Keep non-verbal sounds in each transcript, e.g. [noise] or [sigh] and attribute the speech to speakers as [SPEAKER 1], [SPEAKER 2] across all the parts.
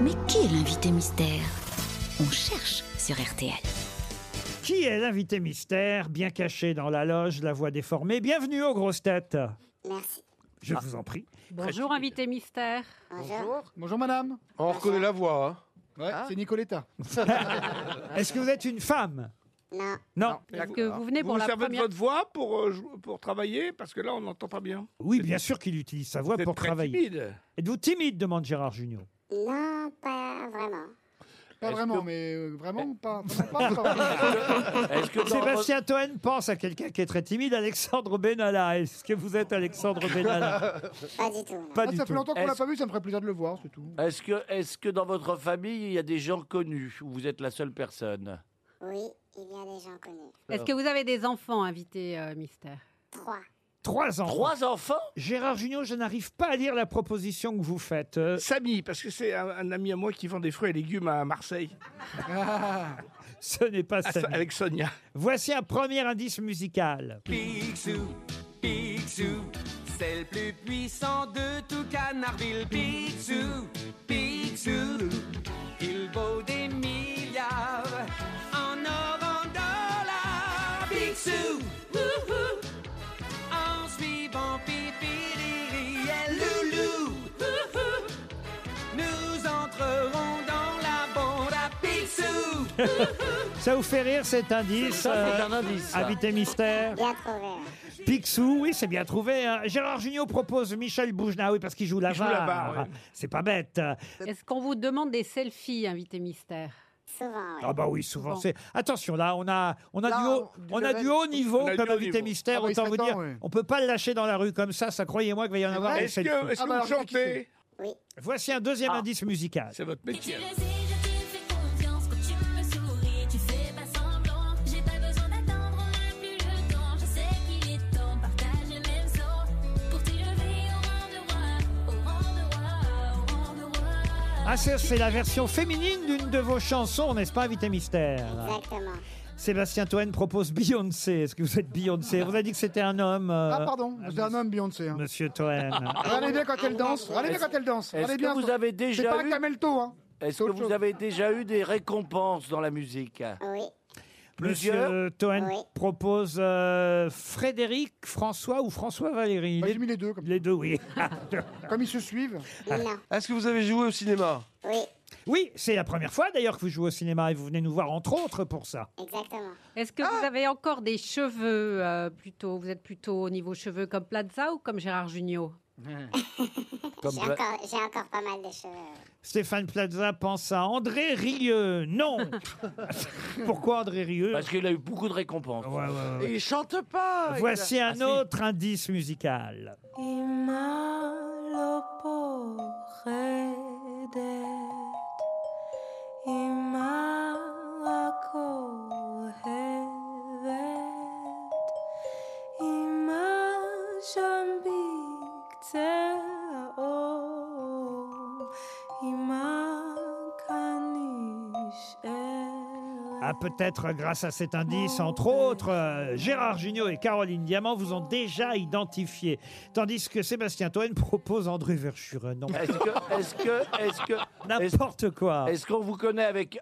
[SPEAKER 1] Mais qui est l'invité mystère On cherche sur RTL.
[SPEAKER 2] Qui est l'invité mystère, bien caché dans la loge, la voix déformée Bienvenue aux grosses têtes.
[SPEAKER 3] Merci.
[SPEAKER 2] Je vous en prie.
[SPEAKER 4] Bonjour, invité mystère.
[SPEAKER 3] Bonjour.
[SPEAKER 5] Bonjour madame.
[SPEAKER 6] On reconnaît la voix. hein.
[SPEAKER 5] Ouais, c'est Nicoletta.
[SPEAKER 2] Est-ce que vous êtes une femme
[SPEAKER 3] Non,
[SPEAKER 2] non.
[SPEAKER 4] Est-ce que vous venez
[SPEAKER 6] Ah, Vous
[SPEAKER 4] pour
[SPEAKER 6] vous
[SPEAKER 4] la
[SPEAKER 6] servez
[SPEAKER 4] première
[SPEAKER 6] de votre voix pour, euh, jou- pour travailler Parce que là, on n'entend pas bien.
[SPEAKER 2] Oui, bien sûr qu'il utilise sa voix
[SPEAKER 6] Vous êtes
[SPEAKER 2] pour
[SPEAKER 6] très
[SPEAKER 2] travailler.
[SPEAKER 6] timide.
[SPEAKER 2] Êtes-vous timide demande Gérard Junior.
[SPEAKER 3] non, pas vraiment.
[SPEAKER 5] Pas
[SPEAKER 6] Est-ce
[SPEAKER 5] vraiment,
[SPEAKER 6] que-
[SPEAKER 5] mais euh, vraiment pas. vraiment pas, pas vraiment.
[SPEAKER 2] Sébastien Toen pense à quelqu'un qui est très timide, Alexandre Benalla. Est-ce que vous êtes Alexandre Benalla
[SPEAKER 3] Pas du tout. non.
[SPEAKER 2] Pas
[SPEAKER 5] Ah,
[SPEAKER 2] du
[SPEAKER 5] ça fait
[SPEAKER 2] tout.
[SPEAKER 5] longtemps qu'on l'a
[SPEAKER 7] Est-ce-
[SPEAKER 5] pas vu, ça me ferait plaisir de le voir, c'est tout.
[SPEAKER 7] Est-ce que, est-ce que dans votre famille, il y a des gens connus où vous êtes la seule personne
[SPEAKER 3] Oui, il y a des gens connus.
[SPEAKER 4] Est-ce que vous avez des enfants, invité euh, mystère
[SPEAKER 3] Trois.
[SPEAKER 2] Trois ans.
[SPEAKER 7] Trois enfants
[SPEAKER 2] Gérard Junior, je n'arrive pas à lire la proposition que vous faites. Euh,
[SPEAKER 6] Samy, parce que c'est un, un ami à moi qui vend des fruits et légumes à Marseille,
[SPEAKER 2] ce n'est pas
[SPEAKER 6] à
[SPEAKER 2] ça.
[SPEAKER 6] So- Ah, avec Sonia.
[SPEAKER 2] Voici un premier indice musical.
[SPEAKER 8] Picsou, Picsou, c'est le plus puissant de tout Canardville. Picsou, Picsou, il vaut des milliards en or, en dollars. Picsou, wouhou, en suivant Pipiriri et Loulou, wouhou, nous entrerons dans la bande à Picsou.
[SPEAKER 2] Ça vous fait rire cet indice
[SPEAKER 7] Ça, c'est
[SPEAKER 2] euh,
[SPEAKER 7] un indice. ça.
[SPEAKER 2] Invité mystère.
[SPEAKER 3] Bien trouvé.
[SPEAKER 2] Picsou, oui, c'est bien trouvé. hein. Gérard Junior propose Michel Boujna, oui, parce qu'il joue la
[SPEAKER 6] Il joue la
[SPEAKER 2] barre.
[SPEAKER 6] barre, oui.
[SPEAKER 2] C'est pas bête.
[SPEAKER 4] Est-ce qu'on vous demande des selfies, invité mystère
[SPEAKER 3] Souvent, oui.
[SPEAKER 2] Ah bah oui, souvent
[SPEAKER 4] Bon.
[SPEAKER 2] c'est. Attention là, on a, on a
[SPEAKER 5] Là,
[SPEAKER 2] du haut,
[SPEAKER 5] du
[SPEAKER 2] on a
[SPEAKER 5] level.
[SPEAKER 2] du haut niveau
[SPEAKER 6] On a du
[SPEAKER 2] comme
[SPEAKER 6] haut
[SPEAKER 2] invité
[SPEAKER 6] niveau.
[SPEAKER 2] mystère.
[SPEAKER 5] Ah bah, il
[SPEAKER 2] autant
[SPEAKER 5] serait
[SPEAKER 2] vous
[SPEAKER 5] temps,
[SPEAKER 2] dire,
[SPEAKER 5] ouais.
[SPEAKER 2] on peut pas le lâcher dans la rue comme ça. Ça, croyez-moi qu'il va y en avoir.
[SPEAKER 5] vrai.
[SPEAKER 2] des
[SPEAKER 6] Est-ce
[SPEAKER 2] selfies.
[SPEAKER 6] que, est-ce
[SPEAKER 5] Ah
[SPEAKER 6] que
[SPEAKER 5] bah,
[SPEAKER 6] vous
[SPEAKER 5] alors,
[SPEAKER 6] chantez
[SPEAKER 3] Oui,
[SPEAKER 2] Voici un deuxième indice musical.
[SPEAKER 6] C'est votre métier. hein.
[SPEAKER 2] Ah, ça, c'est la version féminine d'une de vos chansons, n'est-ce pas, invité mystère
[SPEAKER 3] exactement.
[SPEAKER 2] Sébastien Toen propose Beyoncé. Est-ce que vous êtes Beyoncé On vous a dit que c'était un homme. euh,
[SPEAKER 5] Ah pardon, c'est un homme Beyoncé. hein.
[SPEAKER 2] Monsieur Toen.
[SPEAKER 5] Regardez bien quand elle danse. Regardez bien quand elle danse.
[SPEAKER 7] Est-ce
[SPEAKER 5] Regardez
[SPEAKER 7] que
[SPEAKER 5] bien.
[SPEAKER 7] vous
[SPEAKER 5] ça.
[SPEAKER 7] avez
[SPEAKER 5] C'est
[SPEAKER 7] déjà
[SPEAKER 5] pas un
[SPEAKER 7] eu,
[SPEAKER 5] camelto, hein.
[SPEAKER 7] est-ce
[SPEAKER 5] c'est
[SPEAKER 7] que
[SPEAKER 5] autre
[SPEAKER 7] vous
[SPEAKER 5] chose.
[SPEAKER 7] avez déjà eu des récompenses dans la musique
[SPEAKER 2] [laughs]
[SPEAKER 3] Oui,
[SPEAKER 2] Monsieur
[SPEAKER 7] Plusieurs
[SPEAKER 2] Toen
[SPEAKER 3] Oui.
[SPEAKER 2] propose euh, Frédéric, François ou François Valérie.
[SPEAKER 5] Bah,
[SPEAKER 2] Les,
[SPEAKER 5] J'ai mis les deux, comme,
[SPEAKER 2] les deux, oui.
[SPEAKER 5] comme ils se suivent.
[SPEAKER 2] Ah.
[SPEAKER 3] non,
[SPEAKER 6] Est-ce que vous avez joué au cinéma
[SPEAKER 3] oui,
[SPEAKER 2] oui, c'est la première fois d'ailleurs que vous jouez au cinéma et vous venez nous voir entre autres pour ça.
[SPEAKER 3] exactement.
[SPEAKER 4] Est-ce que vous avez encore des cheveux euh, plutôt Vous êtes plutôt au niveau cheveux comme Plaza ou comme Gérard Junior
[SPEAKER 7] Comme
[SPEAKER 3] J'ai
[SPEAKER 2] Bah.
[SPEAKER 7] Pla-
[SPEAKER 3] encore, j'ai encore pas mal de cheveux. oui.
[SPEAKER 2] Stéphane Plaza pense à André Rieu. Non Pourquoi André Rieu
[SPEAKER 7] Parce qu'il a eu beaucoup de récompenses.
[SPEAKER 2] Ouais, ouais, ouais.
[SPEAKER 6] Il chante pas
[SPEAKER 2] Voici
[SPEAKER 7] Ah,
[SPEAKER 2] un autre indice musical. Ah, peut-être grâce à cet indice, entre autres, euh, Gérard Jugnot et Caroline Diamant vous ont déjà identifié. Tandis que Sébastien Toen propose André Verschuren. Non,
[SPEAKER 7] Est-ce que, est-ce que, est-ce que, est-ce,
[SPEAKER 2] n'importe quoi.
[SPEAKER 7] est-ce qu'on vous connaît avec...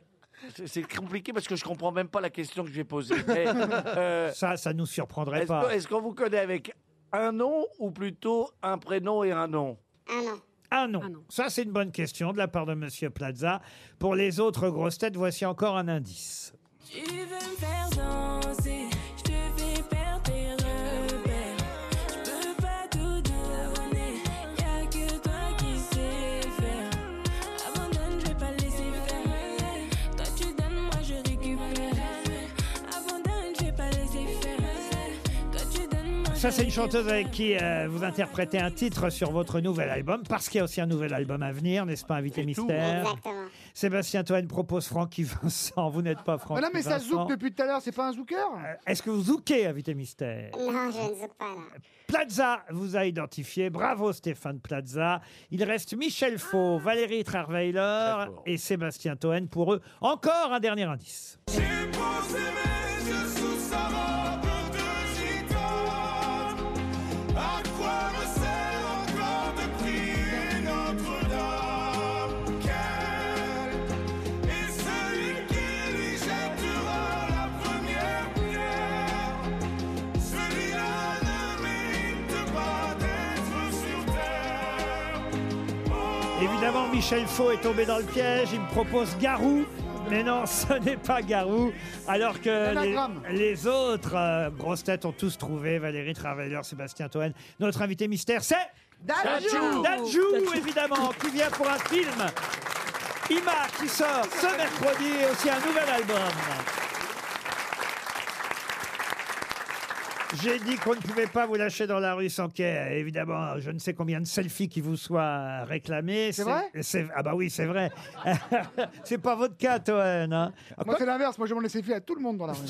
[SPEAKER 7] c'est- C'est compliqué parce que je comprends même pas la question que j'ai posée. Mais, euh,
[SPEAKER 2] Ça, ça nous surprendrait
[SPEAKER 7] est-ce,
[SPEAKER 2] Ben pas.
[SPEAKER 7] que- est-ce qu'on vous connaît avec un nom ou plutôt un prénom et un nom
[SPEAKER 3] Ah non,
[SPEAKER 2] Ah non.
[SPEAKER 4] Ah non.
[SPEAKER 2] Ça, c'est une bonne question de la part de Monsieur Plaza. Pour les autres grosses têtes, voici encore un indice.
[SPEAKER 9] Tu veux me faire danser, je te fais perdre tes repères. Je peux pas tout donner, y'a que toi qui sais faire. Abandonne, je vais pas laisser faire. Toi tu donnes, moi je récupère. Abandonne, je vais pas laisser faire. Toi tu donnes, moi
[SPEAKER 2] Ça,
[SPEAKER 9] je
[SPEAKER 2] c'est une
[SPEAKER 9] récupère.
[SPEAKER 2] chanteuse avec qui euh, vous interprétez un titre sur votre nouvel album, parce qu'il y a aussi un nouvel album à venir, n'est-ce pas, Invité Mystère
[SPEAKER 5] hein.
[SPEAKER 3] exactement.
[SPEAKER 2] Sébastien Toine propose Francky Vincent. Vous n'êtes pas Francky
[SPEAKER 5] Mais Ah non, mais ça
[SPEAKER 2] Vincent.
[SPEAKER 5] zouk depuis tout à l'heure, c'est pas un zouker
[SPEAKER 2] Euh, Est-ce que vous zoukez, Invité Mystère
[SPEAKER 3] Non, je ne zouk pas, non.
[SPEAKER 2] Plaza vous a identifié. Bravo Stéphane Plaza. Il reste Michel Faux, Valérie Trarweiler
[SPEAKER 7] Ah. Très fort.
[SPEAKER 2] et Sébastien Toen pour eux. Encore un dernier indice.
[SPEAKER 8] J'ai posé mes yeux sous sa robe de gitane. À quoi me sert encore de prier Notre-Dame Quel
[SPEAKER 2] Évidemment, Michel Faux est tombé dans le piège. Il me propose Garou. Mais non, [laughs] ce n'est pas Garou. Alors
[SPEAKER 5] Anagramme.
[SPEAKER 2] que les, les autres euh, grosses têtes ont tous trouvé. Valérie Travailleur, Sébastien Toen. Notre invité mystère, c'est
[SPEAKER 7] Dadju.
[SPEAKER 2] Dadju, évidemment, qui vient pour un film. Ima, qui sort ce mercredi et aussi un nouvel album. J'ai dit qu'on ne pouvait pas vous lâcher dans la rue sans qu'il y ait, évidemment, je ne sais combien de selfies qui vous soient réclamés.
[SPEAKER 5] C'est vrai
[SPEAKER 2] c'est- Ah bah oui, c'est vrai. [laughs] c'est pas votre cas, Toen. hein.
[SPEAKER 5] Moi, c'est l'inverse. Moi, je demande les selfies à tout le monde dans la rue.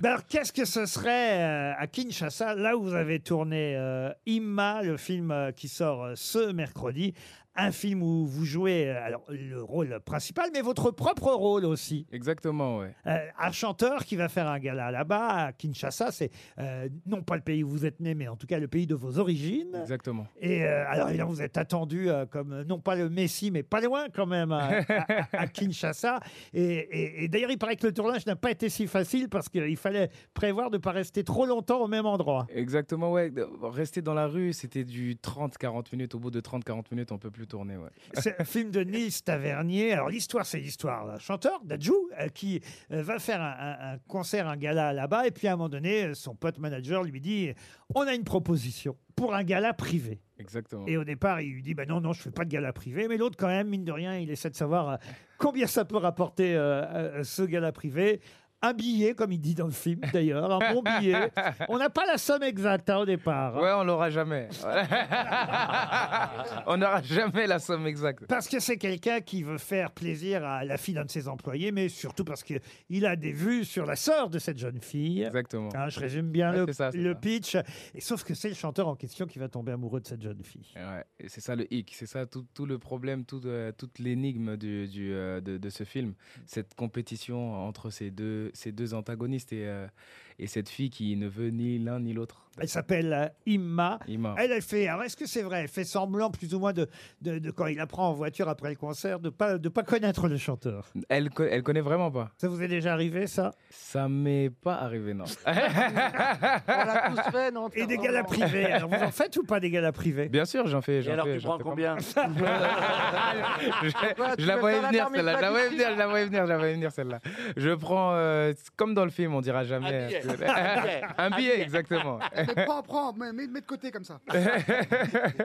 [SPEAKER 2] Ben alors, qu'est-ce que ce serait euh, à Kinshasa, là où vous avez tourné euh, Imma, le film euh, qui sort euh, ce mercredi un film où vous jouez euh, alors, le rôle principal, mais votre propre rôle aussi.
[SPEAKER 10] Exactement, ouais.
[SPEAKER 2] Euh, un chanteur qui va faire un gala là-bas, à Kinshasa, c'est euh, non pas le pays où vous êtes né, mais en tout cas le pays de vos origines.
[SPEAKER 10] Exactement.
[SPEAKER 2] Et euh, alors, évidemment, vous êtes attendu euh, comme, euh, non pas le Messi, mais pas loin quand même, hein.
[SPEAKER 10] [laughs]
[SPEAKER 2] à, à- à Kinshasa. Et, et- et d'ailleurs, il paraît que le tournage n'a pas été si facile parce qu'il fallait prévoir de ne pas rester trop longtemps au même endroit.
[SPEAKER 10] Exactement, ouais. De- Rester dans la rue, c'était du 30-40 minutes. Au bout de 30-40 minutes, on peut plus tourner, ouais.
[SPEAKER 2] C'est un film de Nils Tavernier. Alors, l'histoire, c'est l'histoire d'un chanteur, Dadju, euh, qui euh, va faire un, un- un concert, un gala là-bas. Et puis, à un moment donné, euh, son pote manager lui dit On a une proposition pour un gala privé.
[SPEAKER 10] Exactement.
[SPEAKER 2] Et au départ, il lui dit bah non, non, je fais pas de gala privé. Mais l'autre, quand même, mine de rien, il essaie de savoir euh, combien ça peut rapporter euh, euh, ce gala privé. Un billet, comme il dit dans le film d'ailleurs, un bon billet. On n'a pas la somme exacte hein, au départ. hein.
[SPEAKER 10] [laughs] Ouais, on l'aura jamais. on n'aura [laughs] jamais la somme exacte.
[SPEAKER 2] Parce que c'est quelqu'un qui veut faire plaisir à la fille d'un de ses employés, mais surtout parce qu'il a des vues sur la sœur de cette jeune fille.
[SPEAKER 10] Exactement.
[SPEAKER 2] Hein, je résume bien
[SPEAKER 10] Ouais,
[SPEAKER 2] le,
[SPEAKER 10] c'est ça, c'est
[SPEAKER 2] le
[SPEAKER 10] ça.
[SPEAKER 2] pitch. Et sauf que c'est le chanteur en question qui va tomber amoureux de cette jeune fille.
[SPEAKER 10] Ouais, et c'est ça le hic, c'est ça tout, tout le problème, tout, euh, toute l'énigme du, du, euh, de, de ce film. Cette compétition entre ces deux, ces deux antagonistes et, euh, et cette fille qui ne veut ni l'un ni l'autre.
[SPEAKER 2] Elle s'appelle euh, Imma.
[SPEAKER 7] [laughs]
[SPEAKER 10] Ima.
[SPEAKER 2] Elle, elle fait. Alors, est-ce que c'est vrai Elle fait semblant, plus ou moins, de, de, de- quand il apprend en voiture après le concert, de pas de pas connaître le chanteur.
[SPEAKER 10] Elle, co- elle connaît vraiment pas.
[SPEAKER 2] Ça vous est déjà arrivé, ça
[SPEAKER 10] Ça m'est pas
[SPEAKER 7] [laughs]
[SPEAKER 10] arrivé, non.
[SPEAKER 5] [laughs] On l'a tous fait, non
[SPEAKER 2] Et des galas privés. Alors, vous en faites ou pas des galas privés
[SPEAKER 10] Bien sûr, j'en fais.
[SPEAKER 7] Et
[SPEAKER 10] j'en
[SPEAKER 7] alors,
[SPEAKER 10] fais-
[SPEAKER 7] tu
[SPEAKER 10] j'en
[SPEAKER 7] prends
[SPEAKER 10] fais pas
[SPEAKER 7] combien
[SPEAKER 10] [laughs] mal. je, je la
[SPEAKER 5] veux
[SPEAKER 10] voyais
[SPEAKER 5] faire la dernière
[SPEAKER 10] venir, celle-là. Je la voyais venir, je la voyais venir, je la voyais venir, celle-là. Je prends, euh, comme dans le film, on dira jamais.
[SPEAKER 7] Un billet.
[SPEAKER 10] euh, que-
[SPEAKER 7] [laughs]
[SPEAKER 10] Un billet, exactement.
[SPEAKER 5] Mais prends, prends, mais- mais- mets de côté comme ça.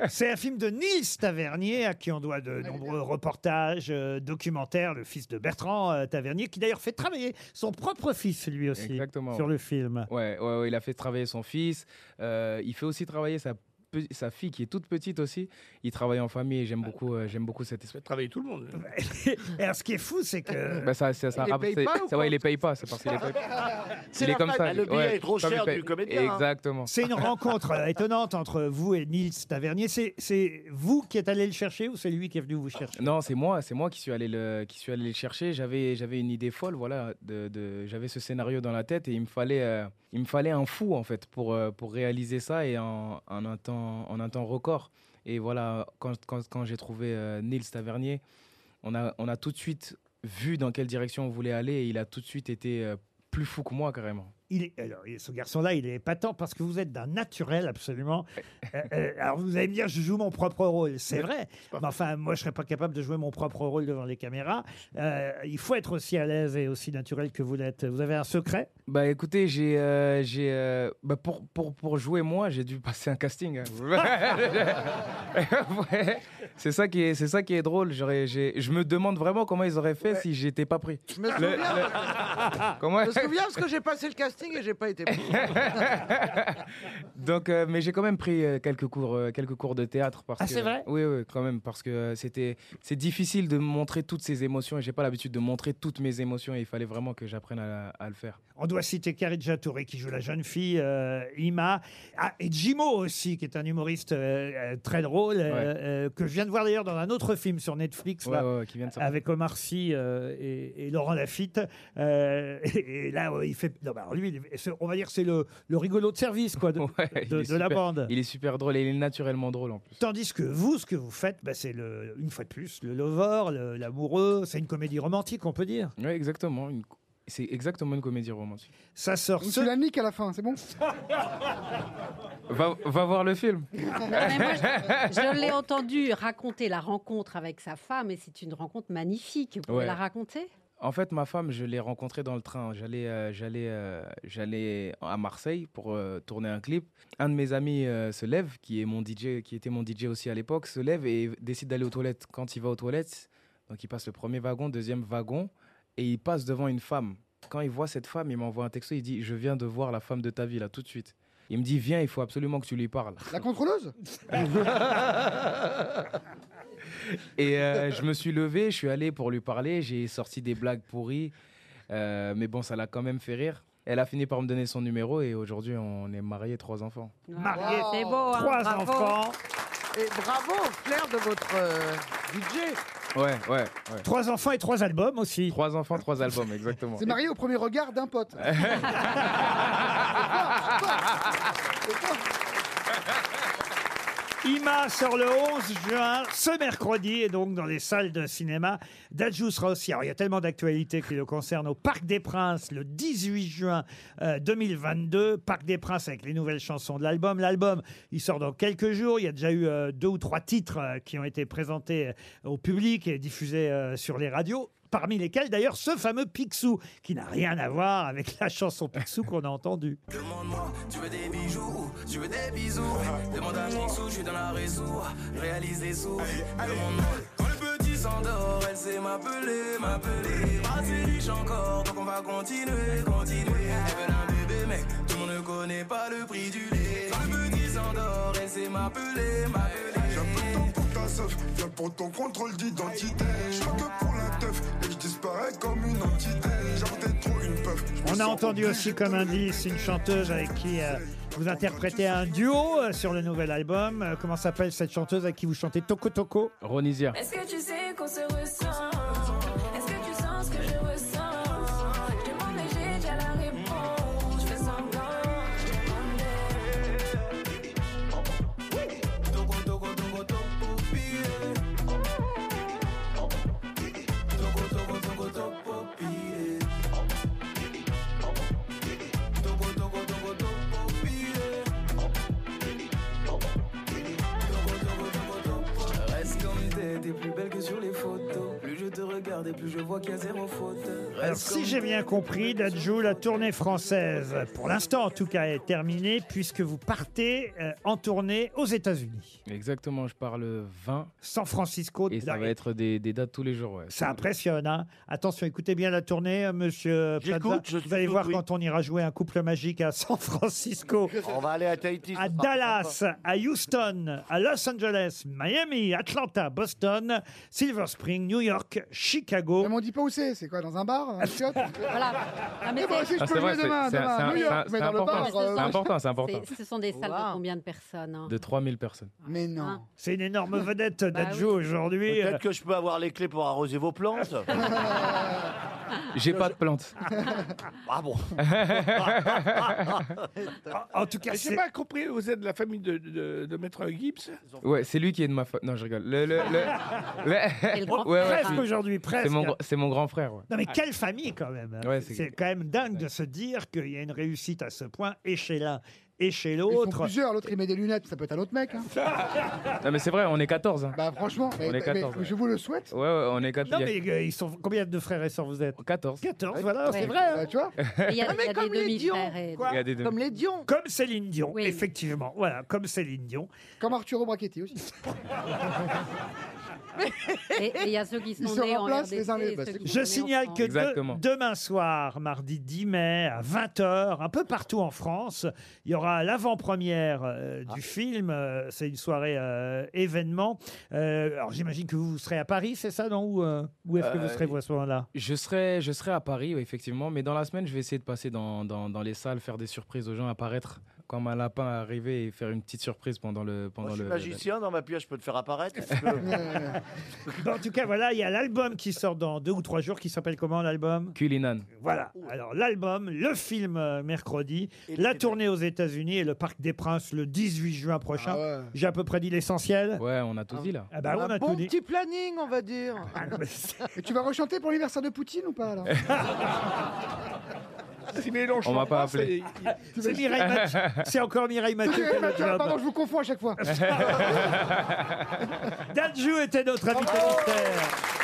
[SPEAKER 2] C'est un film de Nils Tavernier, à qui on doit de nombreux reportages, euh, documentaires. Le fils de Bertrand euh, Tavernier, qui d'ailleurs fait travailler son propre fils, lui aussi,
[SPEAKER 10] Exactement.
[SPEAKER 2] sur le
[SPEAKER 10] [laughs]
[SPEAKER 2] film.
[SPEAKER 10] Ouais, ouais, ouais, il a fait travailler son fils. Euh, il fait aussi travailler sa, pe- sa fille qui est toute petite aussi. Il travaille en famille et j'aime beaucoup, euh, j'aime beaucoup
[SPEAKER 6] Ça
[SPEAKER 10] cet
[SPEAKER 6] fait
[SPEAKER 10] esprit.
[SPEAKER 6] travailler tout le monde.
[SPEAKER 2] Et alors, ce qui est fou, c'est que.
[SPEAKER 10] Bah, ça, ça, ça
[SPEAKER 5] Il les
[SPEAKER 10] rapp-
[SPEAKER 5] paye
[SPEAKER 10] c'est-
[SPEAKER 5] pas ou
[SPEAKER 10] ça, ouais,
[SPEAKER 5] quoi
[SPEAKER 10] il les paye pas, c'est parce
[SPEAKER 5] [laughs]
[SPEAKER 10] qu'il les paye pas. Il est
[SPEAKER 7] la
[SPEAKER 10] comme
[SPEAKER 7] fac-
[SPEAKER 10] ça.
[SPEAKER 7] Ah, le billet
[SPEAKER 10] ouais,
[SPEAKER 7] est trop
[SPEAKER 10] comme il
[SPEAKER 7] cher
[SPEAKER 10] paye.
[SPEAKER 7] du comédien, hein.
[SPEAKER 10] Exactement.
[SPEAKER 2] C'est une rencontre euh, étonnante entre vous et Nils Tavernier. C'est- C'est vous qui êtes allé le chercher ou c'est lui qui est venu vous chercher
[SPEAKER 10] Non, c'est moi, c'est moi qui suis allé le, qui suis allé le chercher. J'avais, j'avais une idée folle, voilà, de, de- j'avais ce scénario dans la tête et il me fallait, euh, il me fallait un fou en fait pour euh, pour réaliser ça et en, en un temps, en un temps record. Et voilà, quand, quand, quand j'ai trouvé euh, Nils Tavernier, on a, on a tout de suite vu dans quelle direction on voulait aller et il a tout de suite été euh, plus fou que moi carrément.
[SPEAKER 2] Il est, alors, ce garçon-là, il est épatant parce que vous êtes d'un naturel absolument. Euh, euh, alors vous allez me dire, je joue mon propre rôle. C'est vrai. Mais enfin, moi, je serais pas capable de jouer mon propre rôle devant les caméras. Euh, il faut être aussi à l'aise et aussi naturel que vous l'êtes. Vous avez un secret
[SPEAKER 10] Bah écoutez, j'ai euh, j'ai euh, bah, pour, pour, pour jouer moi, j'ai dû [laughs] passer un casting. hein. Ouais. C'est ça qui est c'est ça qui est drôle. J'aurais j'ai- je me demande vraiment comment ils auraient fait si j'étais pas pris.
[SPEAKER 5] Je me
[SPEAKER 10] Le-
[SPEAKER 5] souviens,
[SPEAKER 10] le- comment
[SPEAKER 5] je me souviens parce que j'ai passé le casting et j'ai pas été pris.
[SPEAKER 10] [laughs] Donc euh, mais j'ai quand même pris euh, quelques cours euh, quelques cours de théâtre parce
[SPEAKER 2] Ah,
[SPEAKER 10] que
[SPEAKER 2] c'est vrai
[SPEAKER 10] Oui oui, quand même parce que euh, c'était c'est difficile de montrer toutes ces émotions et j'ai pas l'habitude de montrer toutes mes émotions et il fallait vraiment que j'apprenne à, à le faire.
[SPEAKER 2] On doit citer Karidja Touré qui joue la jeune fille, euh, Ima, Ah, et Jimo aussi, qui est un humoriste euh, euh, très drôle, euh,
[SPEAKER 10] Ouais.
[SPEAKER 2] euh, que je viens de voir d'ailleurs dans un autre film sur Netflix.
[SPEAKER 10] Ouais,
[SPEAKER 2] là.
[SPEAKER 10] ouais, ouais, qui vient de sortir.
[SPEAKER 2] avec Omar Sy euh, et, et Laurent Lafitte. Euh, [laughs] et, et là, ouais, il fait. Non, bah, alors lui, il est- c'est- on va dire c'est le, le rigolo de service quoi, de,
[SPEAKER 10] [laughs] Ouais,
[SPEAKER 2] de-
[SPEAKER 10] il
[SPEAKER 2] de
[SPEAKER 10] est
[SPEAKER 2] la
[SPEAKER 10] super-
[SPEAKER 2] bande.
[SPEAKER 10] Il est super drôle et il est naturellement drôle en plus.
[SPEAKER 2] Tandis que vous, ce que vous faites, bah, c'est le- une fois de plus le lover, le- l'amoureux. C'est une comédie romantique, on peut dire.
[SPEAKER 10] Oui, exactement. Une, C'est exactement une comédie romantique.
[SPEAKER 2] Ça sort
[SPEAKER 5] Tu la niques à la fin, c'est bon
[SPEAKER 10] Va, va voir le film.
[SPEAKER 4] Mais moi, je je l'ai entendu raconter la rencontre avec sa femme et c'est une rencontre magnifique. Vous pouvez
[SPEAKER 10] Ouais.
[SPEAKER 4] la raconter
[SPEAKER 10] En fait, ma femme, je l'ai rencontrée dans le train. J'allais, euh, j'allais, euh, j'allais à Marseille pour euh, tourner un clip. Un de mes amis euh, se lève, qui est mon DJ, qui était mon DJ aussi à l'époque, se lève et décide d'aller aux toilettes. Quand il va aux toilettes, donc il passe le premier wagon, deuxième wagon, et il passe devant une femme. Quand il voit cette femme, il m'envoie un texto. Il dit :« Je viens de voir la femme de ta vie là tout de suite. » Il me dit :« Viens, il faut absolument que tu lui parles. »
[SPEAKER 5] La contrôleuse
[SPEAKER 10] Et euh, je me suis levé, je suis allé pour lui parler, j'ai sorti des blagues pourries, euh, mais bon, ça l'a quand même fait rire. Elle a fini par me donner son numéro et aujourd'hui, on est mariés, trois enfants.
[SPEAKER 2] Marié,
[SPEAKER 5] Wow.
[SPEAKER 4] C'est beau, hein,
[SPEAKER 2] trois
[SPEAKER 4] bravo.
[SPEAKER 2] enfants,
[SPEAKER 5] Et bravo au flair de votre euh, budget.
[SPEAKER 10] Ouais, ouais, ouais.
[SPEAKER 2] trois enfants et trois albums aussi.
[SPEAKER 10] Trois enfants, trois albums, exactement.
[SPEAKER 5] C'est marié au premier regard d'un pote.
[SPEAKER 10] [laughs]
[SPEAKER 5] C'est fort, c'est fort, c'est fort.
[SPEAKER 2] Ima sort le 11 juin, ce mercredi, et donc dans les salles de cinéma d'Adjous Rossi. Alors, il y a tellement d'actualités qui le concernent. Au Parc des Princes, le 18 juin euh, 2022, Parc des Princes avec les nouvelles chansons de l'album. L'album, il sort dans quelques jours. Il y a déjà eu euh, deux ou trois titres euh, qui ont été présentés euh, au public et diffusés euh, sur les radios. Parmi lesquels, d'ailleurs, ce fameux Picsou, qui n'a rien à voir avec la chanson Picsou qu'on a entendue.
[SPEAKER 8] Demande-moi, tu veux des bijoux, tu veux des bisous. Demande à Nixou, je suis dans la réseau, réalise des sous. Demande-moi, quand le petit s'endort, elle sait m'appeler, m'appeler. Brasser riche encore, donc on va continuer, continuer. Elle veut un bébé, mec, tout le monde ne connaît pas le prix du lait. Quand le petit s'endort, elle sait m'appeler, m'appeler.
[SPEAKER 11] J'appelle ton pour ta sauf, viens pour ton contrôle d'identité. Je que pour la teuf et je disparais comme une entité. Genre t'es trop une peuf. j'me
[SPEAKER 2] On a
[SPEAKER 11] sens
[SPEAKER 2] entendu
[SPEAKER 11] obligé
[SPEAKER 2] aussi comme indice une chanteuse avec qui euh, vous interprétez un duo euh, sur le nouvel album. Euh, comment s'appelle cette chanteuse avec qui vous chantez Toko Toko
[SPEAKER 10] Ronisia.
[SPEAKER 9] Est-ce que tu sais qu'on se ressent Est-ce que tu sens ce que je ressens Je demande et j'ai déjà la réponse. Je fais semblant. Je demandais.
[SPEAKER 8] Togo, togo, togo, topo, pied. Togo, togo, togo, topo, pied. Togo, togo, togo, topo, pied. Togo, togo, togo, topo. Reste comme t'es, t'es plus belle que sur les photos. Plus je te regarde et plus je vois qu'il y a zéro faute.
[SPEAKER 2] Alors, Euh, si j'ai bien compris, Dadjou, la tournée française, pour l'instant en tout cas, est terminée puisque vous partez euh, en tournée aux États-Unis.
[SPEAKER 10] Exactement, je parle 20
[SPEAKER 2] San Francisco.
[SPEAKER 10] et ça va être des, des dates tous les jours. Ouais.
[SPEAKER 2] Ça impressionne. hein. Attention, écoutez bien la tournée, euh, monsieur Plaza.
[SPEAKER 7] J'écoute, je
[SPEAKER 2] Vous allez
[SPEAKER 7] suis
[SPEAKER 2] voir
[SPEAKER 7] tout oui.
[SPEAKER 2] quand on ira jouer un couple magique à San
[SPEAKER 7] [laughs]
[SPEAKER 2] Francisco.
[SPEAKER 7] On va aller à Tahiti.
[SPEAKER 2] à Dallas, à Houston, à Los Angeles, Miami, Atlanta, Boston, Silver Spring, New York, Chicago.
[SPEAKER 5] Mais on dit pas où c'est, c'est quoi Dans un bar Un
[SPEAKER 10] [laughs]
[SPEAKER 5] shot
[SPEAKER 4] Voilà. Ah, mais
[SPEAKER 5] Eh ben,
[SPEAKER 4] c'est-
[SPEAKER 5] si je
[SPEAKER 10] Ah,
[SPEAKER 5] peux
[SPEAKER 10] c'est vrai,
[SPEAKER 5] jouer
[SPEAKER 10] c'est-
[SPEAKER 5] demain,
[SPEAKER 10] c'est- c'est
[SPEAKER 5] demain,
[SPEAKER 10] un-
[SPEAKER 5] New York,
[SPEAKER 10] c'est
[SPEAKER 5] mais
[SPEAKER 10] un-
[SPEAKER 5] dans le
[SPEAKER 10] c'est
[SPEAKER 5] bar.
[SPEAKER 4] important.
[SPEAKER 5] euh,
[SPEAKER 10] C'est important, c'est important.
[SPEAKER 4] c'est- ce sont des salles de combien de personnes
[SPEAKER 10] [laughs]
[SPEAKER 4] hein
[SPEAKER 10] De 3000 personnes.
[SPEAKER 5] Mais non.
[SPEAKER 2] C'est une énorme vedette d'Adjo
[SPEAKER 4] oui.
[SPEAKER 2] aujourd'hui.
[SPEAKER 7] Peut-être que je peux avoir les clés pour arroser vos
[SPEAKER 10] [laughs]
[SPEAKER 7] plantes.
[SPEAKER 10] J'ai pas de plante.
[SPEAKER 7] ah
[SPEAKER 10] [laughs]
[SPEAKER 7] bon [laughs]
[SPEAKER 2] En- En tout cas,
[SPEAKER 6] Mais
[SPEAKER 2] c'est
[SPEAKER 6] J'ai pas compris, vous êtes de la famille de, de, de Maître Gibbs
[SPEAKER 10] Ouais, c'est lui qui est de ma fa... Non, je rigole. Le, le, le- le-
[SPEAKER 4] Et le grand
[SPEAKER 10] Ouais, ouais,
[SPEAKER 2] presque
[SPEAKER 10] c'est-
[SPEAKER 2] aujourd'hui, presque.
[SPEAKER 10] c'est mon, gr- c'est mon grand frère. ouais.
[SPEAKER 2] Non mais quelle famille quand même. hein.
[SPEAKER 10] Ouais, c'est-
[SPEAKER 2] c'est quand même dingue de se dire qu'il y a une réussite à ce point et chez l'un et chez
[SPEAKER 5] Ils font
[SPEAKER 2] l'autre.
[SPEAKER 5] plusieurs, l'autre il met des lunettes, ça peut être un autre
[SPEAKER 10] [laughs]
[SPEAKER 5] mec. hein.
[SPEAKER 10] Non, mais c'est vrai, on est 14. hein.
[SPEAKER 5] Bah franchement, mais-
[SPEAKER 10] est 14,
[SPEAKER 5] mais
[SPEAKER 10] ouais.
[SPEAKER 5] je vous le souhaite.
[SPEAKER 10] Ouais, ouais, on est 14.
[SPEAKER 2] Non mais euh, ils sont combien de frères et sœurs vous êtes
[SPEAKER 10] 14.
[SPEAKER 2] 14, voilà, c'est
[SPEAKER 4] Ouais.
[SPEAKER 2] vrai. hein.
[SPEAKER 5] Bah, tu vois
[SPEAKER 12] [laughs]
[SPEAKER 4] Et Il y a,
[SPEAKER 5] Ah, mais
[SPEAKER 4] il y a des
[SPEAKER 5] comme les
[SPEAKER 4] demi-frères.
[SPEAKER 5] Dion,
[SPEAKER 4] et-
[SPEAKER 2] quoi.
[SPEAKER 10] Regardez deux.
[SPEAKER 5] les Dion.
[SPEAKER 2] Comme Céline Dion,
[SPEAKER 4] Oui.
[SPEAKER 2] effectivement. Voilà, comme Céline Dion.
[SPEAKER 5] Comme Arturo Brachetti aussi.
[SPEAKER 10] [laughs]
[SPEAKER 4] Et et il y a ceux qui sont
[SPEAKER 5] Ils se
[SPEAKER 4] nés en
[SPEAKER 5] remplacent les uns les-
[SPEAKER 4] RDC,
[SPEAKER 5] bah,
[SPEAKER 4] ceux
[SPEAKER 5] c'est
[SPEAKER 4] qui
[SPEAKER 5] cool.
[SPEAKER 4] sont
[SPEAKER 2] Je
[SPEAKER 4] nés en
[SPEAKER 2] signale
[SPEAKER 4] France.
[SPEAKER 2] que de-
[SPEAKER 10] Exactement.
[SPEAKER 2] demain soir, mardi 10 mai, à 20h, un peu partout en France, il y aura l'avant-première euh, du film. euh, c'est une soirée euh, événement. Euh, alors j'imagine que vous, vous serez à Paris, c'est ça, non Ou, euh, Où est-ce que vous
[SPEAKER 10] Euh,
[SPEAKER 2] serez vous, à ce moment-là
[SPEAKER 10] Je serai, je serai à Paris, oui, effectivement, mais dans la semaine, je vais essayer de passer dans, dans, dans les salles, faire des surprises aux gens, apparaître. comme un lapin arriver et faire une petite surprise pendant le pendant
[SPEAKER 2] Oh,
[SPEAKER 7] Je suis
[SPEAKER 10] le-
[SPEAKER 7] magicien dans ma pioche, je peux te faire apparaître.
[SPEAKER 2] [laughs]
[SPEAKER 5] euh,
[SPEAKER 2] Bon, en tout cas, voilà, il y a l'album qui sort dans deux ou trois jours qui s'appelle comment l'album
[SPEAKER 10] Culinan.
[SPEAKER 2] Voilà. Alors l'album, le film euh, mercredi, la tournée aux États-Unis et le Parc des Princes le 18 juin
[SPEAKER 5] Ah
[SPEAKER 2] prochain. J'ai à peu près dit l'essentiel.
[SPEAKER 10] Ouais, on a tout dit là.
[SPEAKER 2] Ah bah, on
[SPEAKER 12] un
[SPEAKER 2] a
[SPEAKER 12] bon
[SPEAKER 2] tout dit. Ah
[SPEAKER 12] petit planning, on va dire. Et tu vas rechanter pour l'anniversaire de Poutine ou pas
[SPEAKER 10] [laughs]
[SPEAKER 12] alors
[SPEAKER 6] Si Mélenchon
[SPEAKER 10] Ah, On m'a pas
[SPEAKER 6] prend, c'est-
[SPEAKER 10] appelé.
[SPEAKER 6] il- il-
[SPEAKER 2] C'est Mireille Mathieu. C'est encore Mireille Mathieu. qui a le job.
[SPEAKER 12] Pardon, je vous
[SPEAKER 10] [laughs]
[SPEAKER 12] confonds à chaque fois.
[SPEAKER 2] Dadju était notre invité mystère.